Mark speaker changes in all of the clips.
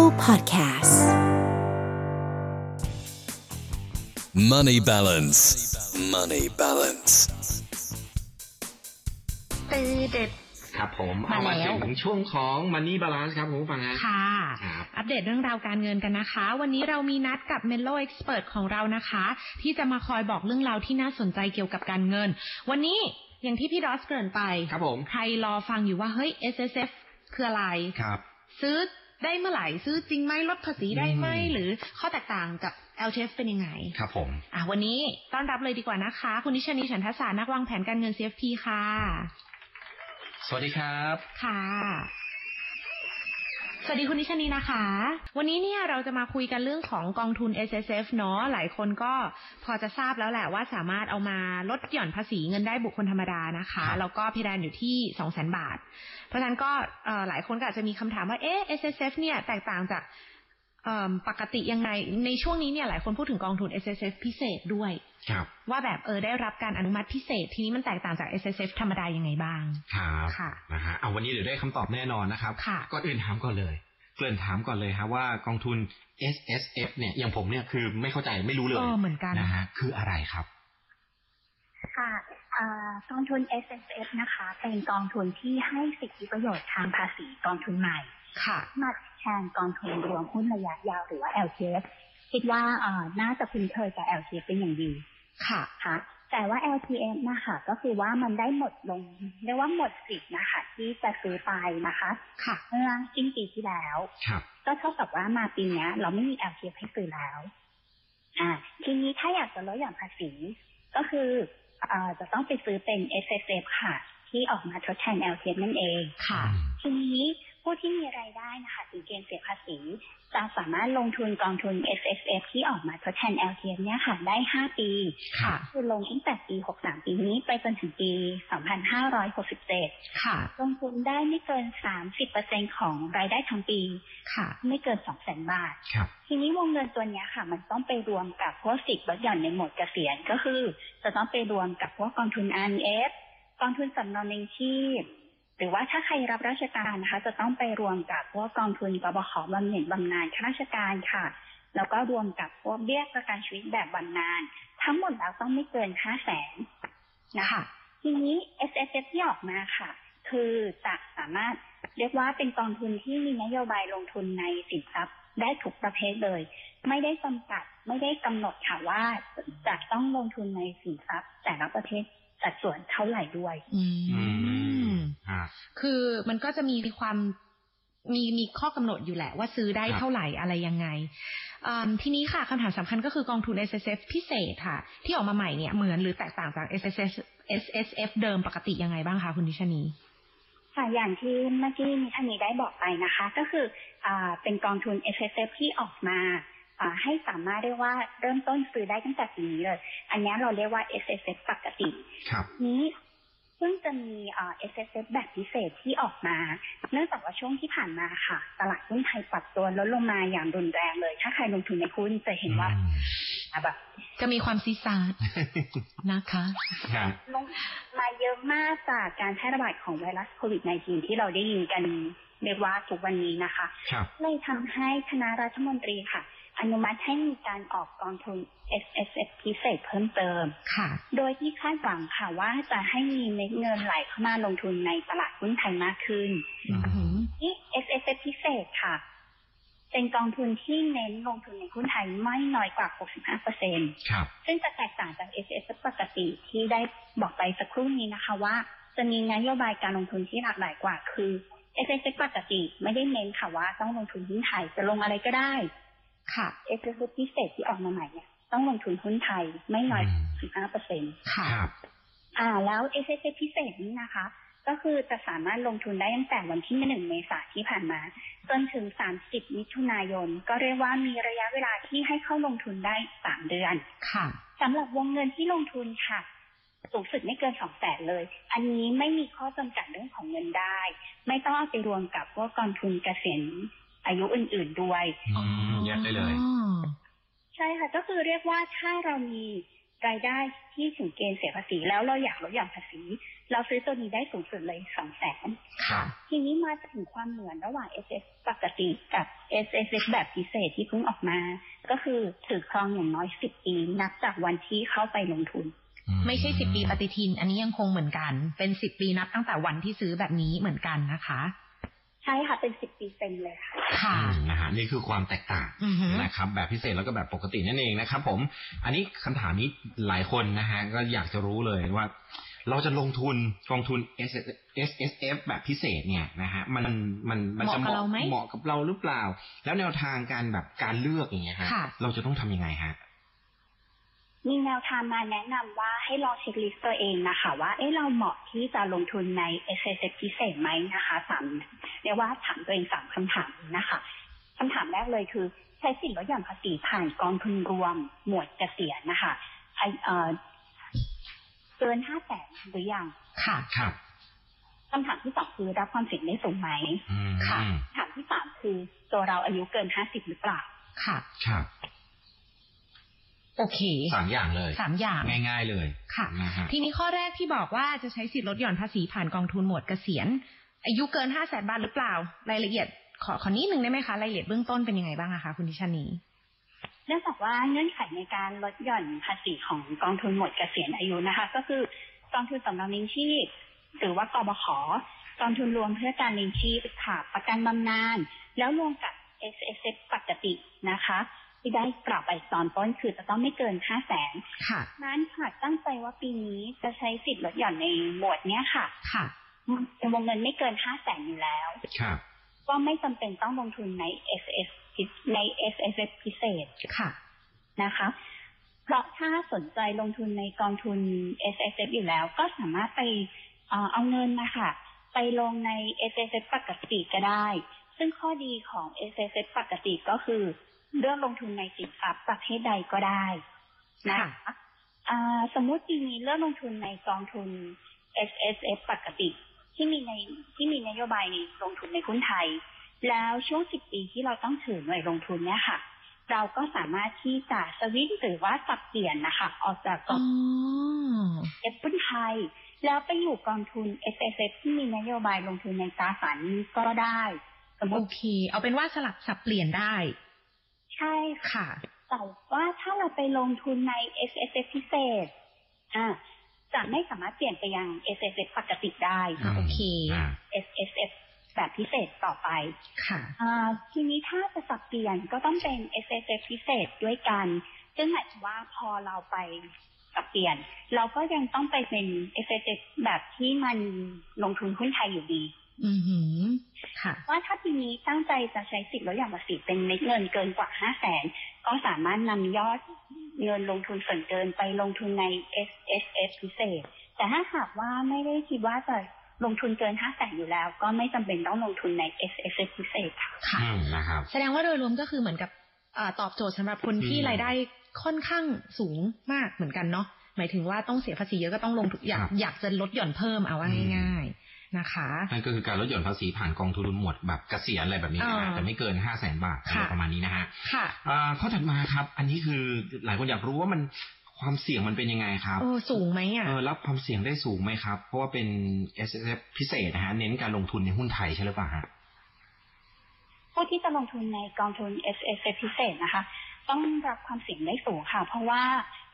Speaker 1: Podcasts.
Speaker 2: Money balance. Money balance.
Speaker 3: ตีเด็ด
Speaker 4: ครับผม
Speaker 3: มา
Speaker 4: เอามา
Speaker 3: แล้ว
Speaker 4: ถึงช่วงของมันนี่บาลานซ์ครับคุณผู้ฟังฮะ
Speaker 3: ค่ะ
Speaker 4: ครับ
Speaker 3: อัปเดตเรื่องราวการเงินกันนะคะ วันนี้เรามีนัดกับ m e l o Expert ของเรานะคะ ที่จะมาคอยบอกเรื่องราวที่น่าสนใจเกี่ยวกับการเงิน วันนี้อย่างที่พี่ดอสเกริ่นไป
Speaker 4: ครับผม
Speaker 3: ใครรอฟังอยู่ว่าเฮ้ย S S F คืออะไร
Speaker 4: ครับ
Speaker 3: ซื้อได้เมื่อไหร่ ซื้อจริงไหมลดภาษีได้ไหม
Speaker 4: อืม
Speaker 3: หรือข้อแตกต่างกับ L T F เป็นยังไง
Speaker 4: ครับผม
Speaker 3: อ่ะวันนี้ต้อนรับเลยดีกว่านะคะ คุณนิชานีฉันทศานักวางแผนการเงิน CFP ค่ะ
Speaker 4: สวัสดีครับ
Speaker 3: ค่ะ สวัสดีคุณนิชานีนะคะ วันนี้เนี่ยเราจะมาคุยกันเรื่องของกองทุน S S F เนาะ หลายคนก็พอจะทราบแล้วแหละว่าสามารถเอามาลดหย่อนภาษีเงินได้บุคคลธรรมดานะคะ
Speaker 4: ครับ
Speaker 3: แล้วก็เพดานอยู่ที่สองแสนบาท เพราะฉะนั้นก็เอ่อหลายคนก็อาจจะมีคำถามว่า เอ๊ะ S S F เนี่ยแตกต่างจากเอิ่มปกติยังไง ในช่วงนี้เนี่ยหลายคนพูดถึงกองทุน S S F พิเศษด้วย
Speaker 4: ครับ
Speaker 3: ว่าแบบเออได้รับการอนุมัติพิเศษ ทีนี้มันแตกต่างจาก S S F ธรรมดายังไงบ้าง
Speaker 4: ครับ
Speaker 3: ค่ะ
Speaker 4: นะฮะเอาวันนี้เดี๋ยวได้คำตอบแน่นอนนะครับ
Speaker 3: ค่ะ
Speaker 4: ก่อนอื่นถามก่อนเลย เกริ่นถามก่อนเลยครับว่ากองทุน S S F เนี่ยอย่างผมเนี่ยคือไม่เข้าใจไม่รู้เลย
Speaker 3: เออเหมือนกัน
Speaker 4: นะฮะคืออะไรครับ
Speaker 5: ค่ะเอ่อกองทุน S S F นะคะ เป็นกองทุนที่ให้สิทธิประโยชน์ทางภาษีกองทุนใหม่
Speaker 3: ค่ะ
Speaker 5: มาแทนกองทุนรวมหุ้นระยะยาวหรือว่า L T F คิดว่าเอ่อน่าจะคุ้นเคยกับ L T F เป็นอย่างดี
Speaker 3: ค่ะ
Speaker 5: ค่ะแต่ว่า L T F นะคะก็คือว่ามันได้หมดลงเรียกว่าหมดสิทธิ์นะคะ ที่จะซื้อไปนะคะ
Speaker 3: ค่ะ
Speaker 5: เมื่อสิ้นปีที่แล้ว
Speaker 4: ครับ
Speaker 5: ก็เท่ากับว่ามาปีเนี้ย เราไม่มี L T F ให้ซื้อแล้ว อ่า ทีนี้ถ้าอยากจะลดหย่อนภาษี ก็คือเอ่อจะต้องไปซื้อเป็น S S F ค่ะ ที่ออกมาทดแทน L T F นั่นเอง
Speaker 3: ค่ะ
Speaker 5: ทีนี้ผู้ที่มีรายได้นะคะถึงเกณฑ์เสียภาษีจะสามารถลงทุนกองทุน S S F ที่ออกมาทดแทน L T F เนี่ยค่ะ ได้ 5 ปี
Speaker 3: ค่ะ
Speaker 5: คือลงตั้งแต่ปี 63 ปีนี้ไปจนถึงปี 2567
Speaker 3: ค่ะ
Speaker 5: ลงทุนได้ไม่เกิน 30%ของรายได้ทั้งปี
Speaker 3: ค่ะ
Speaker 5: ไม่เกิน 200,000 บาท
Speaker 4: ครับ
Speaker 5: ทีนี้วงเงินตัวเนี้ยค่ะ มันต้องไปรวมกับพวกสิทธิ์ลดหย่อนในหมวดเกษียณก็คือ จะต้องไปรวมกับพวกกองทุน r f กองทุนสำรองเลี้ยงชีพ หรือว่าถ้าใครรับราชการนะคะ จะต้องไปรวมกับพวกกองทุนกบขบำเหน็จบำนาญข้าราชการค่ะ แล้วก็รวมกับพวกเบี้ยประกันชีวิตแบบบำนาญทั้งหมดแล้วต้องไม่เกินห้าแสนนะคะ ทีนี้ S S F ที่ออกมาค่ะ คือจะสามารถเรียกว่าเป็นกองทุนที่มีนโยบายลงทุนในสินทรัพย์ได้ทุกประเภทเลย ไม่ได้จำกัดไม่ได้กำหนดค่ะว่าจะต้องลงทุนในสินทรัพย์ แต่ละประเภทสัดส่วนเท่าไหร่ด้วย
Speaker 3: อื
Speaker 4: อื
Speaker 3: ม
Speaker 4: มฮะ
Speaker 3: คือมันก็จะมีความมีมีข้อกำหนดอยู่แหละว่าซื้อได้
Speaker 4: ครับ
Speaker 3: เท่าไหร่อะไรยังไงอืมทีนี้ค่ะคำถามสำคัญก็คือกองทุน S S F พิเศษค่ะ ที่ออกมาใหม่เนี่ยเหมือนหรือแตกต่างจาก S S F S S F เดิมปกติยังไงบ้างคะคุณดิชานี
Speaker 5: ค่ะอย่างที่เมื่อกี้นิทานีได้บอกไปนะคะ ก็คืออาเป็นกองทุน S S F ที่ออกมาอ่าให้สามารถเรียกว่าเริ่มต้นซื้อได้ตั้งแต่ปีนี้เลย อันนี้เราเรียกว่า S S F ปกติ
Speaker 4: ครับ
Speaker 5: นี้เพิ่งจะมีเอ่อ S S F แบบพิเศษที่ออกมา เนื่องจากว่าช่วงที่ผ่านมาค่ะ ตลาดหุ้นไทยปรับตัวลดลงมาอย่างรุนแรงเลย ถ้าใครลงทุนในหุ้นจะเห็นว่าแบบ
Speaker 3: จะมีความซีซาร์นะคะ
Speaker 4: ครับ
Speaker 5: ลงมาเยอะมากจากการแพร่ระบาดของไวรัสโควิด -19 ที่เราได้ยินกันเรียกว่าทุกวันนี้นะคะ
Speaker 4: ครับ
Speaker 5: เลยทำให้คณะรัฐมนตรีค่ะ อนุมัติให้มีการออกกองทุน S S F พิเศษเพิ่มเติม
Speaker 3: ค่ะ
Speaker 5: โดยที่คาดหวังค่ะว่าจะให้มีเม็ดเงินไหลเข้ามาลงทุนในตลาดหุ้นไทยมากขึ้น
Speaker 4: อืม
Speaker 3: อืม
Speaker 5: ที่ S S F พิเศษค่ะ เป็นกองทุนที่เน้นลงทุนในหุ้นไทยไม่น้อยกว่า 65%
Speaker 4: ครับ
Speaker 5: ซึ่งจะแตกต่างจาก S S F ปกติที่ได้บอกไปสักครู่นี้นะคะว่า จะมีนโยบายการลงทุนที่หลากหลายกว่า คือ S S F ปกติไม่ได้เน้นค่ะว่าต้องลงทุนหุ้นไทยจะลงอะไรก็ได้
Speaker 3: ค่ะ
Speaker 5: S S F พิเศษที่ออกมาใหม่เนี่ยต้องลงทุนหุ้นไทยไม่น้อยกว่า15%
Speaker 3: ค่ะ
Speaker 4: ครับ
Speaker 5: อ่าแล้ว s s f พิเศษนี้นะคะ ก็คือจะสามารถลงทุนได้ตั้งแต่วันที่1เมษายนที่ผ่านมา จนถึง 30 มิถุนายน ก็เรียกว่ามีระยะเวลาที่ให้เข้าลงทุนได้ 3 เดือน
Speaker 3: ค่ะ
Speaker 5: สำหรับวงเงินที่ลงทุนค่ะ สูงสุดไม่เกิน2แสนเลย อันนี้ไม่มีข้อจำกัดเรื่องของเงินได้ ไม่ต้องเอาไปรวมกับพวกกองทุนเกษียณอายุอื่น ๆด้วย
Speaker 4: อืมแยกได้เลย
Speaker 3: อ๋อ
Speaker 5: ใช่ค่ะ ก็คือเรียกว่าถ้าเรามี รายได้ที่ถึงเกณฑ์เสียภาษี แล้วเราอยากลดหย่อนภาษี เราซื้อตัวนี้ได้สูงสุดเลยสองแสน
Speaker 4: ครับ
Speaker 5: ทีนี้มาถึงความเหมือนระหว่าง S S ปกติกับ S S แบบพิเศษที่เพิ่งออกมา ก็คือถือครองอย่างน้อยสิบปีนับจากวันที่เข้าไปลงทุน
Speaker 3: ไม่ใช่สิบปีปฏิทิน อันนี้ยังคงเหมือนกัน เป็นสิบปีนับตั้งแต่วันที่ซื้อแบบนี้เหมือนกันนะคะ
Speaker 5: ใช่ค่ะเป็นสิบปีเต็มเลยค่ะ
Speaker 3: ค่ะ
Speaker 4: อืมนะฮะนี่คือความแตกต่าง
Speaker 3: อือฮึ
Speaker 4: นะครับแบบพิเศษแล้วก็แบบปกตินั่นเองนะครับผมอันนี้คำถามนี้หลายคนนะฮะก็อยากจะรู้เลยว่า เราจะลงทุนกองทุน S S S F แบบพิเศษเนี่ยนะฮะมันมันมันจะ
Speaker 3: เหมาะกับเราไหม
Speaker 4: เหมาะกับเราหรือเปล่า แล้วแนวทางการแบบการเลือกอย่างเงี้ยฮะ
Speaker 3: ค่ะ
Speaker 4: เราจะต้องทำยังไงฮะ
Speaker 5: มีแนวทางมาแนะนำว่าให้ลองเช็คลิสต์ตัวเองนะคะ ว่าเอ๊ะเราเหมาะที่จะลงทุนใน s s f พิเศษไหมนะคะสามเรียกว่าถามตัวเองสามคำถามนะคะคำถามแรกเลยคือ ใช้สิทธิ์ลดหย่อนภาษีผ่านกองทุนรวม หมวดเกษียณนะคะใช้เอ่อเกินห้าแสนหรือยัง
Speaker 3: ค่ะ
Speaker 4: ครับ
Speaker 5: คำถามที่สองคือรับความเสี่ยงได้สูงไหม
Speaker 4: อืม
Speaker 3: ค่ะ
Speaker 5: คำถามที่สามคือ ตัวเราอายุเกินห้าสิบหรือเปล่า
Speaker 3: ค่ะ
Speaker 4: ครับ
Speaker 3: โอเค
Speaker 4: สามอย่างเลย
Speaker 3: สามอย่าง
Speaker 4: ง่ายๆเลย
Speaker 3: ค่ะ
Speaker 4: นะฮะ
Speaker 3: ทีนี้ข้อแรกที่บอกว่าจะใช้สิทธิ์ลดหย่อนภาษีผ่านกองทุนหมวดเกษียณ อายุเกินห้าแสนบาทหรือเปล่า รายละเอียดขอขอนิดหนึ่งได้ไหมคะรายละเอียดเบื้องต้นเป็นยังไงบ้างอะคะคุณดิชานี
Speaker 5: เนื่องจากว่าเงื่อนไขในการลดหย่อนภาษีของกองทุนหมดเกษียณอายุนะคะ ก็คือกองทุนสำรองเลี้ยงชีพหรือว่ากบขกองทุนรวมเพื่อการเลี้ยงชีพค่ะ ประกันบำนาญแล้วรวมกับ S S F ปกตินะคะ ที่ได้กล่าวไปตอนต้นคือจะต้องไม่เกินห้าแสน
Speaker 3: ค่ะ
Speaker 5: นั้นค่ะตั้งใจว่าปีนี้จะใช้สิทธิ์ลดหย่อนในหมวดเนี้ยค่ะ
Speaker 3: ค่ะ
Speaker 5: เป็นวงเงินไม่เกินห้าแสนอยู่แล้ว
Speaker 4: ครับ
Speaker 5: ก็ไม่จำเป็นต้องลงทุนใน S S ใน S S F พิเศษ
Speaker 3: ค่ะ
Speaker 5: นะคะเพราะถ้าสนใจลงทุนในกองทุน S S F อยู่แล้วก็สามารถไปเอ่อเอาเงินนะคะไปลงใน S S F ปกติก็ได้ ซึ่งข้อดีของ S S F ปกติก็คือเลือกลงทุนในสินทรัพย์ประเภทใดก็ได้นะคะ
Speaker 3: ค่ะ
Speaker 5: อ่าสมมุติปีนี้เลือกลงทุนในกองทุน S S F ปกติ ที่มีในที่มีนโยบายในลงทุนในหุ้นไทย แล้วช่วง 10 ปีที่เราต้องถือหน่วยลงทุนเนี่ยค่ะ เราก็สามารถที่จะสวิตช์หรือว่าสับเปลี่ยนนะคะ ออกจากก
Speaker 3: อ๋
Speaker 5: อ
Speaker 3: อ
Speaker 5: งเอฟหุ้นไทย แล้วไปอยู่กองทุน S S F ที่มีนโยบายลงทุนในตราสารหนี้ก็ได้ สมม
Speaker 3: โอ
Speaker 5: ติ
Speaker 3: เค เอาเป็นว่าสลับสับเปลี่ยนได้
Speaker 5: ใช่ค่ะ
Speaker 3: ค่ะ
Speaker 5: แต่ว่าถ้าเราไปลงทุนใน S S F พิเศษอ่าจะไม่สามารถเปลี่ยนไปยัง S S F ปกติได้
Speaker 3: โอเค
Speaker 4: อ่า
Speaker 5: S S F แบบพิเศษต่อไป
Speaker 3: ค่ะ
Speaker 5: อ่าทีนี้ถ้าจะสับเปลี่ยนก็ต้องเป็น S S F พิเศษด้วยกัน ซึ่งหมายถึงว่าพอเราไปสับเปลี่ยน เราก็ยังต้องไปเป็น S S F แบบที่มันลงทุนหุ้นไทยอยู่ดี
Speaker 3: อือหือ ค่ะ
Speaker 5: ว่าถ้าปีนี้ตั้งใจจะใช้สิทธิ์ลดหย่อนภาษีเป็นเม็ดเงินเกินกว่าห้าแสนก็สามารถนำยอดเงินลงทุนส่วนเกินไปลงทุนใน S S F พิเศษ แต่ถ้าหากว่าไม่ได้คิดว่าจะลงทุนเกินห้าแสนอยู่แล้ว ก็ไม่จำเป็นต้องลงทุนใน S S F พิเศษค่ะ
Speaker 3: ค่ะ
Speaker 4: อืมนะครับ
Speaker 3: แสดงว่าโดยรวมก็คือเหมือนกับเออตอบโจทย์สำหรับคนที่
Speaker 4: อืม
Speaker 3: รายได้ค่อนข้างสูงมากเหมือนกันเนาะหมายถึงว่าต้องเสียภาษีเยอะก็ต้องลงทุนอยา
Speaker 4: ค
Speaker 3: ก
Speaker 4: รับ
Speaker 3: อยากจะลดหย่อนเพิ่มเอาว่า
Speaker 4: อืม
Speaker 3: ง่ายๆนะคะ
Speaker 4: นั่นก็คือการลดหย่อนภาษีผ่านกองทุนหมวดแบบเกษียณอะไรแบบนี้นะฮะ
Speaker 3: อ่า
Speaker 4: แต่ไม่เกินห้าแสนบาทอะไร
Speaker 3: ค่ะ
Speaker 4: ประมาณนี้นะฮะ
Speaker 3: ค่ะ
Speaker 4: อ่าข้อถัดมาครับ อันนี้คือหลายคนอยากรู้ว่ามันความเสี่ยงมันเป็นยังไงครับ
Speaker 3: โอ้สูงไหมอ่ะ
Speaker 4: เออรับความเสี่ยงได้สูงไหมครับ เพราะว่าเป็น S S F พิเศษนะฮะเน้นการลงทุนในหุ้นไทยใช่หรือเปล่าฮะ
Speaker 5: ผู้ที่จะลงทุนในกองทุน S S F พิเศษนะคะ ต้องรับความเสี่ยงได้สูงค่ะ เพราะว่า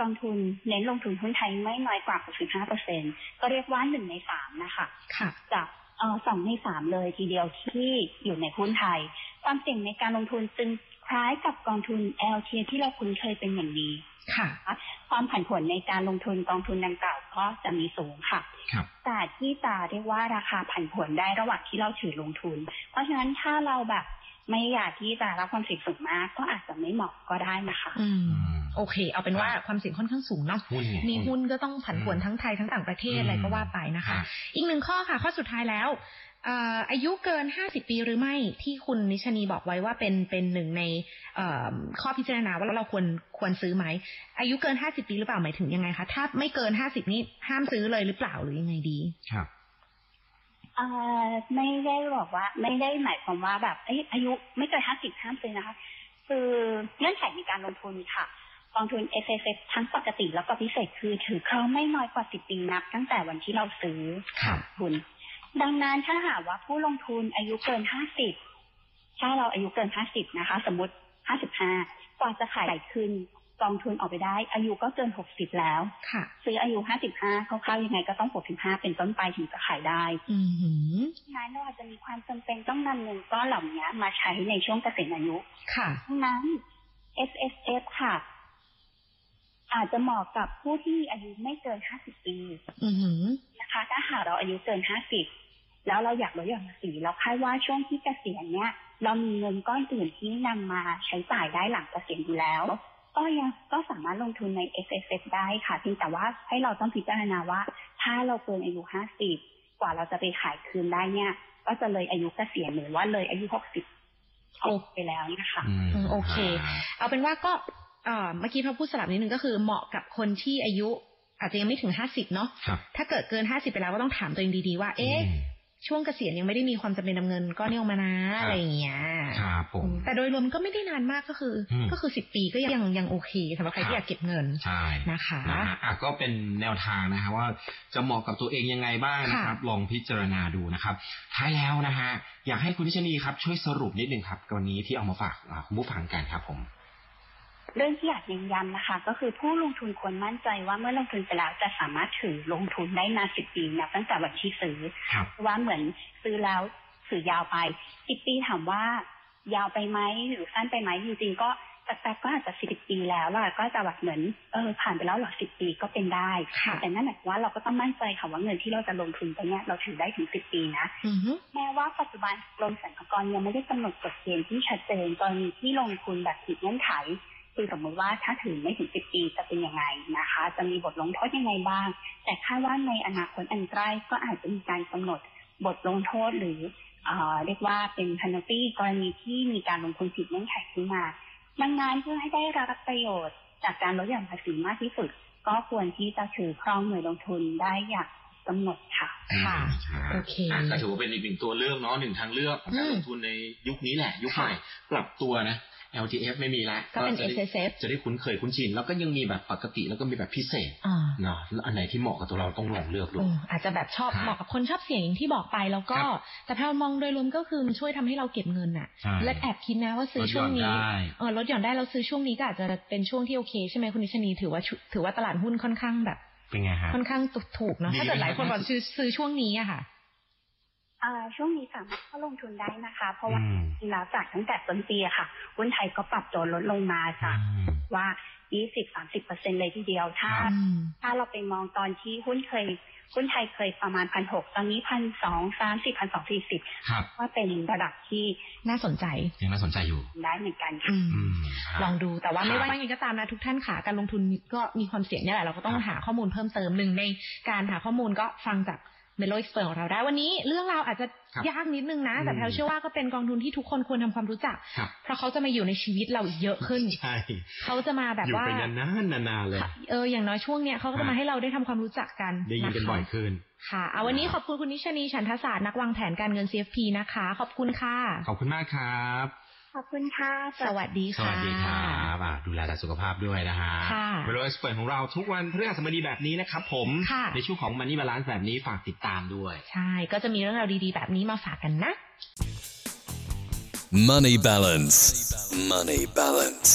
Speaker 5: กองทุนเน้นลงทุนหุ้นไทยไม่น้อยกว่า 65เปอร์เซ็นก็เรียกว่าหนึ่งในสามนะคะ
Speaker 3: ค่ะ
Speaker 5: จากเอ่อสองในสามเลยทีเดียวที่อยู่ในหุ้นไทย ความเสี่ยงในการลงทุนจึงคล้ายกับกองทุน L T ที่เราคุ้นเคยเป็นอย่างดี
Speaker 3: ค่ะ
Speaker 5: นะคะความผันผวนในการลงทุนกองทุนดังกล่าวก็จะมีสูงค่ะ
Speaker 4: ครับ
Speaker 5: แต่ที่จะเรียกว่าราคาผันผวนได้ระหว่างที่เราถือลงทุน เพราะฉะนั้นถ้าเราแบบไม่อยากที่จะรับความเสี่ยงสูงมาก ก็อาจจะไม่เหมาะก็ได้นะคะ
Speaker 3: อืม
Speaker 4: อืม
Speaker 3: โอเค เอาเป็นว่าความเสี่ยงค่อนข้างสูงเนาะ
Speaker 4: หุ้นไง
Speaker 3: มีหุ้นก็ต้องผันผวน
Speaker 4: อืม
Speaker 3: ทั้งไทยทั้งต่างประเทศอะไรก็ว่าไปนะคะ
Speaker 4: อ่
Speaker 3: อีกหนึ่งข้อค่ะ ข้อสุดท้ายแล้วเอ่ออายุเกิน 50 ปีหรือไม่ที่คุณนิชานีบอกไว้ว่าเป็นเป็นหนึ่งในเอ่อข้อพิจารณาว่าเราควรควรซื้อไหม อายุเกิน 50 ปีหรือเปล่าหมายถึงยังไงคะ ถ้าไม่เกิน 50 นี้ห้ามซื้อเลยหรือเปล่าหรือยังไงดี
Speaker 4: ครับ
Speaker 5: เอ่อไม่ได้บอกว่า ไม่ได้หมายความว่าแบบเอ้ยอายุไม่เกินห้าสิบห้ามซื้อนะคะ คือเงื่อนไขในการลงทุนค่ะ กองทุน S S F ทั้งปกติแล้วก็พิเศษคือถือครองไม่น้อยกว่าสิบปีนับ ตั้งแต่วันที่เราซื้อ
Speaker 4: ครับ
Speaker 5: ทุน ดังนั้นถ้าหากว่าผู้ลงทุนอายุเกินห้าสิบถ้าเราอายุเกินห้าสิบนะคะ สมมติห้าสิบห้ากว่าจะขายคืนกองทุนออกไปได้ อายุก็เกินหกสิบแล้ว
Speaker 3: ค่ะ
Speaker 5: ซื้ออายุ 55คร่าวๆยังไงก็ต้อง 65 เป็นต้นไปถึงจะขายได้
Speaker 3: อือหือ
Speaker 5: ฉะนั้นเราอาจจะมีความจำเป็นต้องนำเงินก้อนเหล่านี้มาใช้ในช่วงเกษียณอายุ
Speaker 3: ค่ะ
Speaker 5: ดังนั้น S S F ค่ะ อาจจะเหมาะกับผู้ที่อายุไม่เกิน 50 ปี
Speaker 3: อือหือ
Speaker 5: นะคะ ถ้าหากเราอายุเกิน 50 แล้วเราอยากลดหย่อนภาษีเราคาดว่าช่วงที่เกษียณเนี่ย เรามีเงินก้อนอื่นที่นำมาใช้จ่ายได้หลังเกษียณอยู่แล้ว ก็ยังก็สามารถลงทุนใน S S F ได้ค่ะเพียงแต่ว่าให้เราต้องพิจารณาว่า ถ้าเราเกินอายุ 50 กว่าเราจะไปขายคืนได้เนี่ย ก็จะเลยอายุเกษียณหรือว่าเลยอายุ 60
Speaker 3: โอ้
Speaker 5: ไปแล้วนะคะ
Speaker 4: อืม
Speaker 3: อืมโอเค เอาเป็นว่าก็เอ่อเมื่อกี้พอพูดสลับนิดนึงก็คือเหมาะกับคนที่อายุ อาจจะยังไม่ถึงห้าสิบเนาะ
Speaker 4: ครับ
Speaker 3: ถ้าเกิดเกินห้าสิบไปแล้วก็ต้องถามตัวเองดีๆว่า เอ๊ะ
Speaker 4: ม
Speaker 3: ช่วงเกษียณยังไม่ได้มีความจำเป็นนำเงินก้อนนี้ออกมานะ
Speaker 4: ครับ
Speaker 3: อะไรอย่างเงี้ย
Speaker 4: ครับผม
Speaker 3: แต่โดยรวมก็ไม่ได้นานมากก็คือ
Speaker 4: อืม
Speaker 3: ก็คือสิบปีก็ยังยังโอเคสำหรับใคร
Speaker 4: ครับ
Speaker 3: ที่อยากเก็บเงิน
Speaker 4: ใช่
Speaker 3: นะคะ
Speaker 4: นะฮะอ่ะก็เป็นแนวทางนะครับว่าจะเหมาะกับตัวเองยังไงบ้างนะครับ ลองพิจารณาดูนะครับท้ายแล้วนะฮะอยากให้คุณนิชนีครับช่วยสรุปนิดหนึ่งครับวันนี้ที่เอามาฝากอ่าคุณผู้ฟังกันครับผม
Speaker 5: เรื่องที่อยากเน้นย้ำนะคะ ก็คือผู้ลงทุนควรมั่นใจว่าเมื่อลงทุนไปแล้วจะสามารถถือลงทุนได้นานสิบปีนะตั้งแต่วันที่ซื้อ
Speaker 4: ครับ
Speaker 5: ว่าเหมือนซื้อแล้วถือยาวไปสิบปีถามว่า ยาวไปไหมหรือสั้นไปไหมจริงๆก็แต่แต่ก็อาจจะสิบปีแล้วล่ะก็จะแบบเหมือนเออผ่านไปแล้วเหรอสิบปีก็เป็นได้
Speaker 3: ค่ะ
Speaker 5: แต่นั่นหมายความว่าเราก็ต้องมั่นใจค่ะว่าเงินที่เราจะลงทุนไปเนี่ยเราถือได้ถึงสิบปีนะ
Speaker 3: อือฮึ
Speaker 5: แม้ว่าปัจจุบันกรมสรรพากรยังไม่ได้กำหนดกฎเกณฑ์ที่ชัดเจนกรณีที่ลงทุนแบบผิดเงื่อนไขคือสมมติว่าถ้าถึงไม่ถึง 10 ปีจะเป็นยังไงนะคะ จะมีบทลงโทษยังไงบ้าง แต่คาดว่าในอนาคตอันใกล้ก็อาจจะมีการกำหนดบทลงโทษหรือเออเรียกว่าเป็นพัน a ตี้กรณีที่มีการลงทุนผิดเงื่อนไขขึ้นมา ดังนั้นเพื่อให้ได้รับประโยชน์ จากการลดหย่อนภาษีมากที่สุด ก็ควรที่จะถือครองหน่วยลงทุนได้อย่างกำหนดค่ะ
Speaker 3: ค่ะ โอเค
Speaker 4: อ่ะก็ถือว่าเป็นอีกหนึ่งตัวเลือกเนาะหนึ่งทางเลือกของการ
Speaker 3: อืม
Speaker 4: ลงทุนในยุคนี้แหละ ยุคใหม่ปรับตัวนะ LTF ไม่มีละ
Speaker 3: ก็เป็น
Speaker 4: จะได้
Speaker 3: SSF
Speaker 4: จะได้คุ้นเคยคุ้นชิน แล้วก็ยังมีแบบปกติแล้วก็มีแบบพิเศษ
Speaker 3: อ่า
Speaker 4: เนาะแล้วอันไหนที่เหมาะกับตัวเราต้องลองเลือกดู
Speaker 3: เอออาจจะแบบชอบ
Speaker 4: ครับ
Speaker 3: เหมาะกับคนชอบเสี่ยงอย่างที่บอกไปแล้วก็
Speaker 4: ครับ
Speaker 3: แต่ถ้ามองโดยรวมก็คือมันช่วยทำให้เราเก็บเงินอะ
Speaker 4: ใช่
Speaker 3: และแอบคิดนะว่าซื้อช่วง
Speaker 4: ลดหย่อ
Speaker 3: นี้
Speaker 4: ได้
Speaker 3: เออลดหย่อนได้เราซื้อช่วงนี้ก็อาจจะเป็นช่วงที่โอเคใช่ไหมคุณนิชนีถือว่าชุถือว่าตลาดหุ้นค่อนข้างแบบ
Speaker 4: เป็นไงฮะ
Speaker 3: ค่อนข้างถูกๆเนาะ
Speaker 4: ดี
Speaker 3: ถ้าเกิดหลายคน
Speaker 4: ไหม
Speaker 3: บอกซื้อซื้อช่วงนี้อะค่ะ
Speaker 5: อ่าช่วงนี้สามารถเข้าลงทุนได้นะคะ เพราะว่า
Speaker 4: อืม
Speaker 5: จริงๆแล้วจากตั้งแต่ต้นปีอะค่ะหุ้นไทยก็ปรับตัวลดลงมาจาก
Speaker 4: อืม
Speaker 5: ว่า 20-30%เลยทีเดียว ถ้า
Speaker 4: ครับ
Speaker 3: อืม
Speaker 5: ถ้าเราไปมองตอนที่หุ้นเคย หุ้นไทยเคยประมาณพันหกตอนนี้พันสองสามสิบพันสองสี่สิบ
Speaker 4: ครับ
Speaker 5: ว่าเป็นระดับที่
Speaker 3: น่าสนใจ
Speaker 4: ยังน่าสนใจอยู่
Speaker 5: ได้เหมือนกันค่ะ
Speaker 3: อืม
Speaker 4: อืมฮะ
Speaker 3: ลองดูแต่ว่า
Speaker 4: ครับ
Speaker 3: ไม่ว่ายังไงก็ตามนะทุกท่านขาการลงทุนก็มีความเสี่ยงเนี่ยแหละเราก็ต้อง
Speaker 4: ครับ
Speaker 3: หาข้อมูลเพิ่มเติมหนึ่งในการหาข้อมูลก็ฟังจากเมโลเอ็กซ์เพรของเราได้วันนี้ เรื่องราวอาจจะยากนิดนึงนะ แต่แพลเชื่อว่าก็เป็นกองทุนที่ทุกคนควรทำความรู้จัก
Speaker 4: ครับ
Speaker 3: เพราะเขาจะมาอยู่ในชีวิตเราเยอะขึ้น
Speaker 4: ใช่
Speaker 3: เขาจะมาแบบ
Speaker 4: อยู่
Speaker 3: ว่า
Speaker 4: ไปนานๆนานๆเลย
Speaker 3: เอออย่างน้อยช่วงเนี้ยเขาก็จะมา
Speaker 4: ฮะ
Speaker 3: ให้เราได้ทำความรู้จักกัน
Speaker 4: ได้ยินกัน
Speaker 3: ค
Speaker 4: บ่อยขึ้น
Speaker 3: ค่ะเอาวันนี้ขอบคุณคุณนิชนีฉันทศาสตร์นักวางแผนการเงิน CFP นะคะ ขอบคุณค่ะ
Speaker 4: ขอบคุณมากครับ
Speaker 5: ขอบคุณค่ะ
Speaker 3: สวัสดี
Speaker 4: ส
Speaker 3: ค่ะ
Speaker 4: วัสดีครับอ่ะดูแลรักษาสุขภาพด้วยนะฮะ
Speaker 3: ค่ะ
Speaker 4: เวลาสเปิดของเราทุกวันพฤหัสบดีแบบนี้นะครับผม
Speaker 3: ค่ะ
Speaker 4: ในช่วงของมันนี่บาลานซ์แบบนี้ฝากติดตามด้วย
Speaker 3: ใช่ ก็จะมีเรื่องราวดีๆ แบบนี้มาฝากกันนะ
Speaker 2: Money balance. Money balance.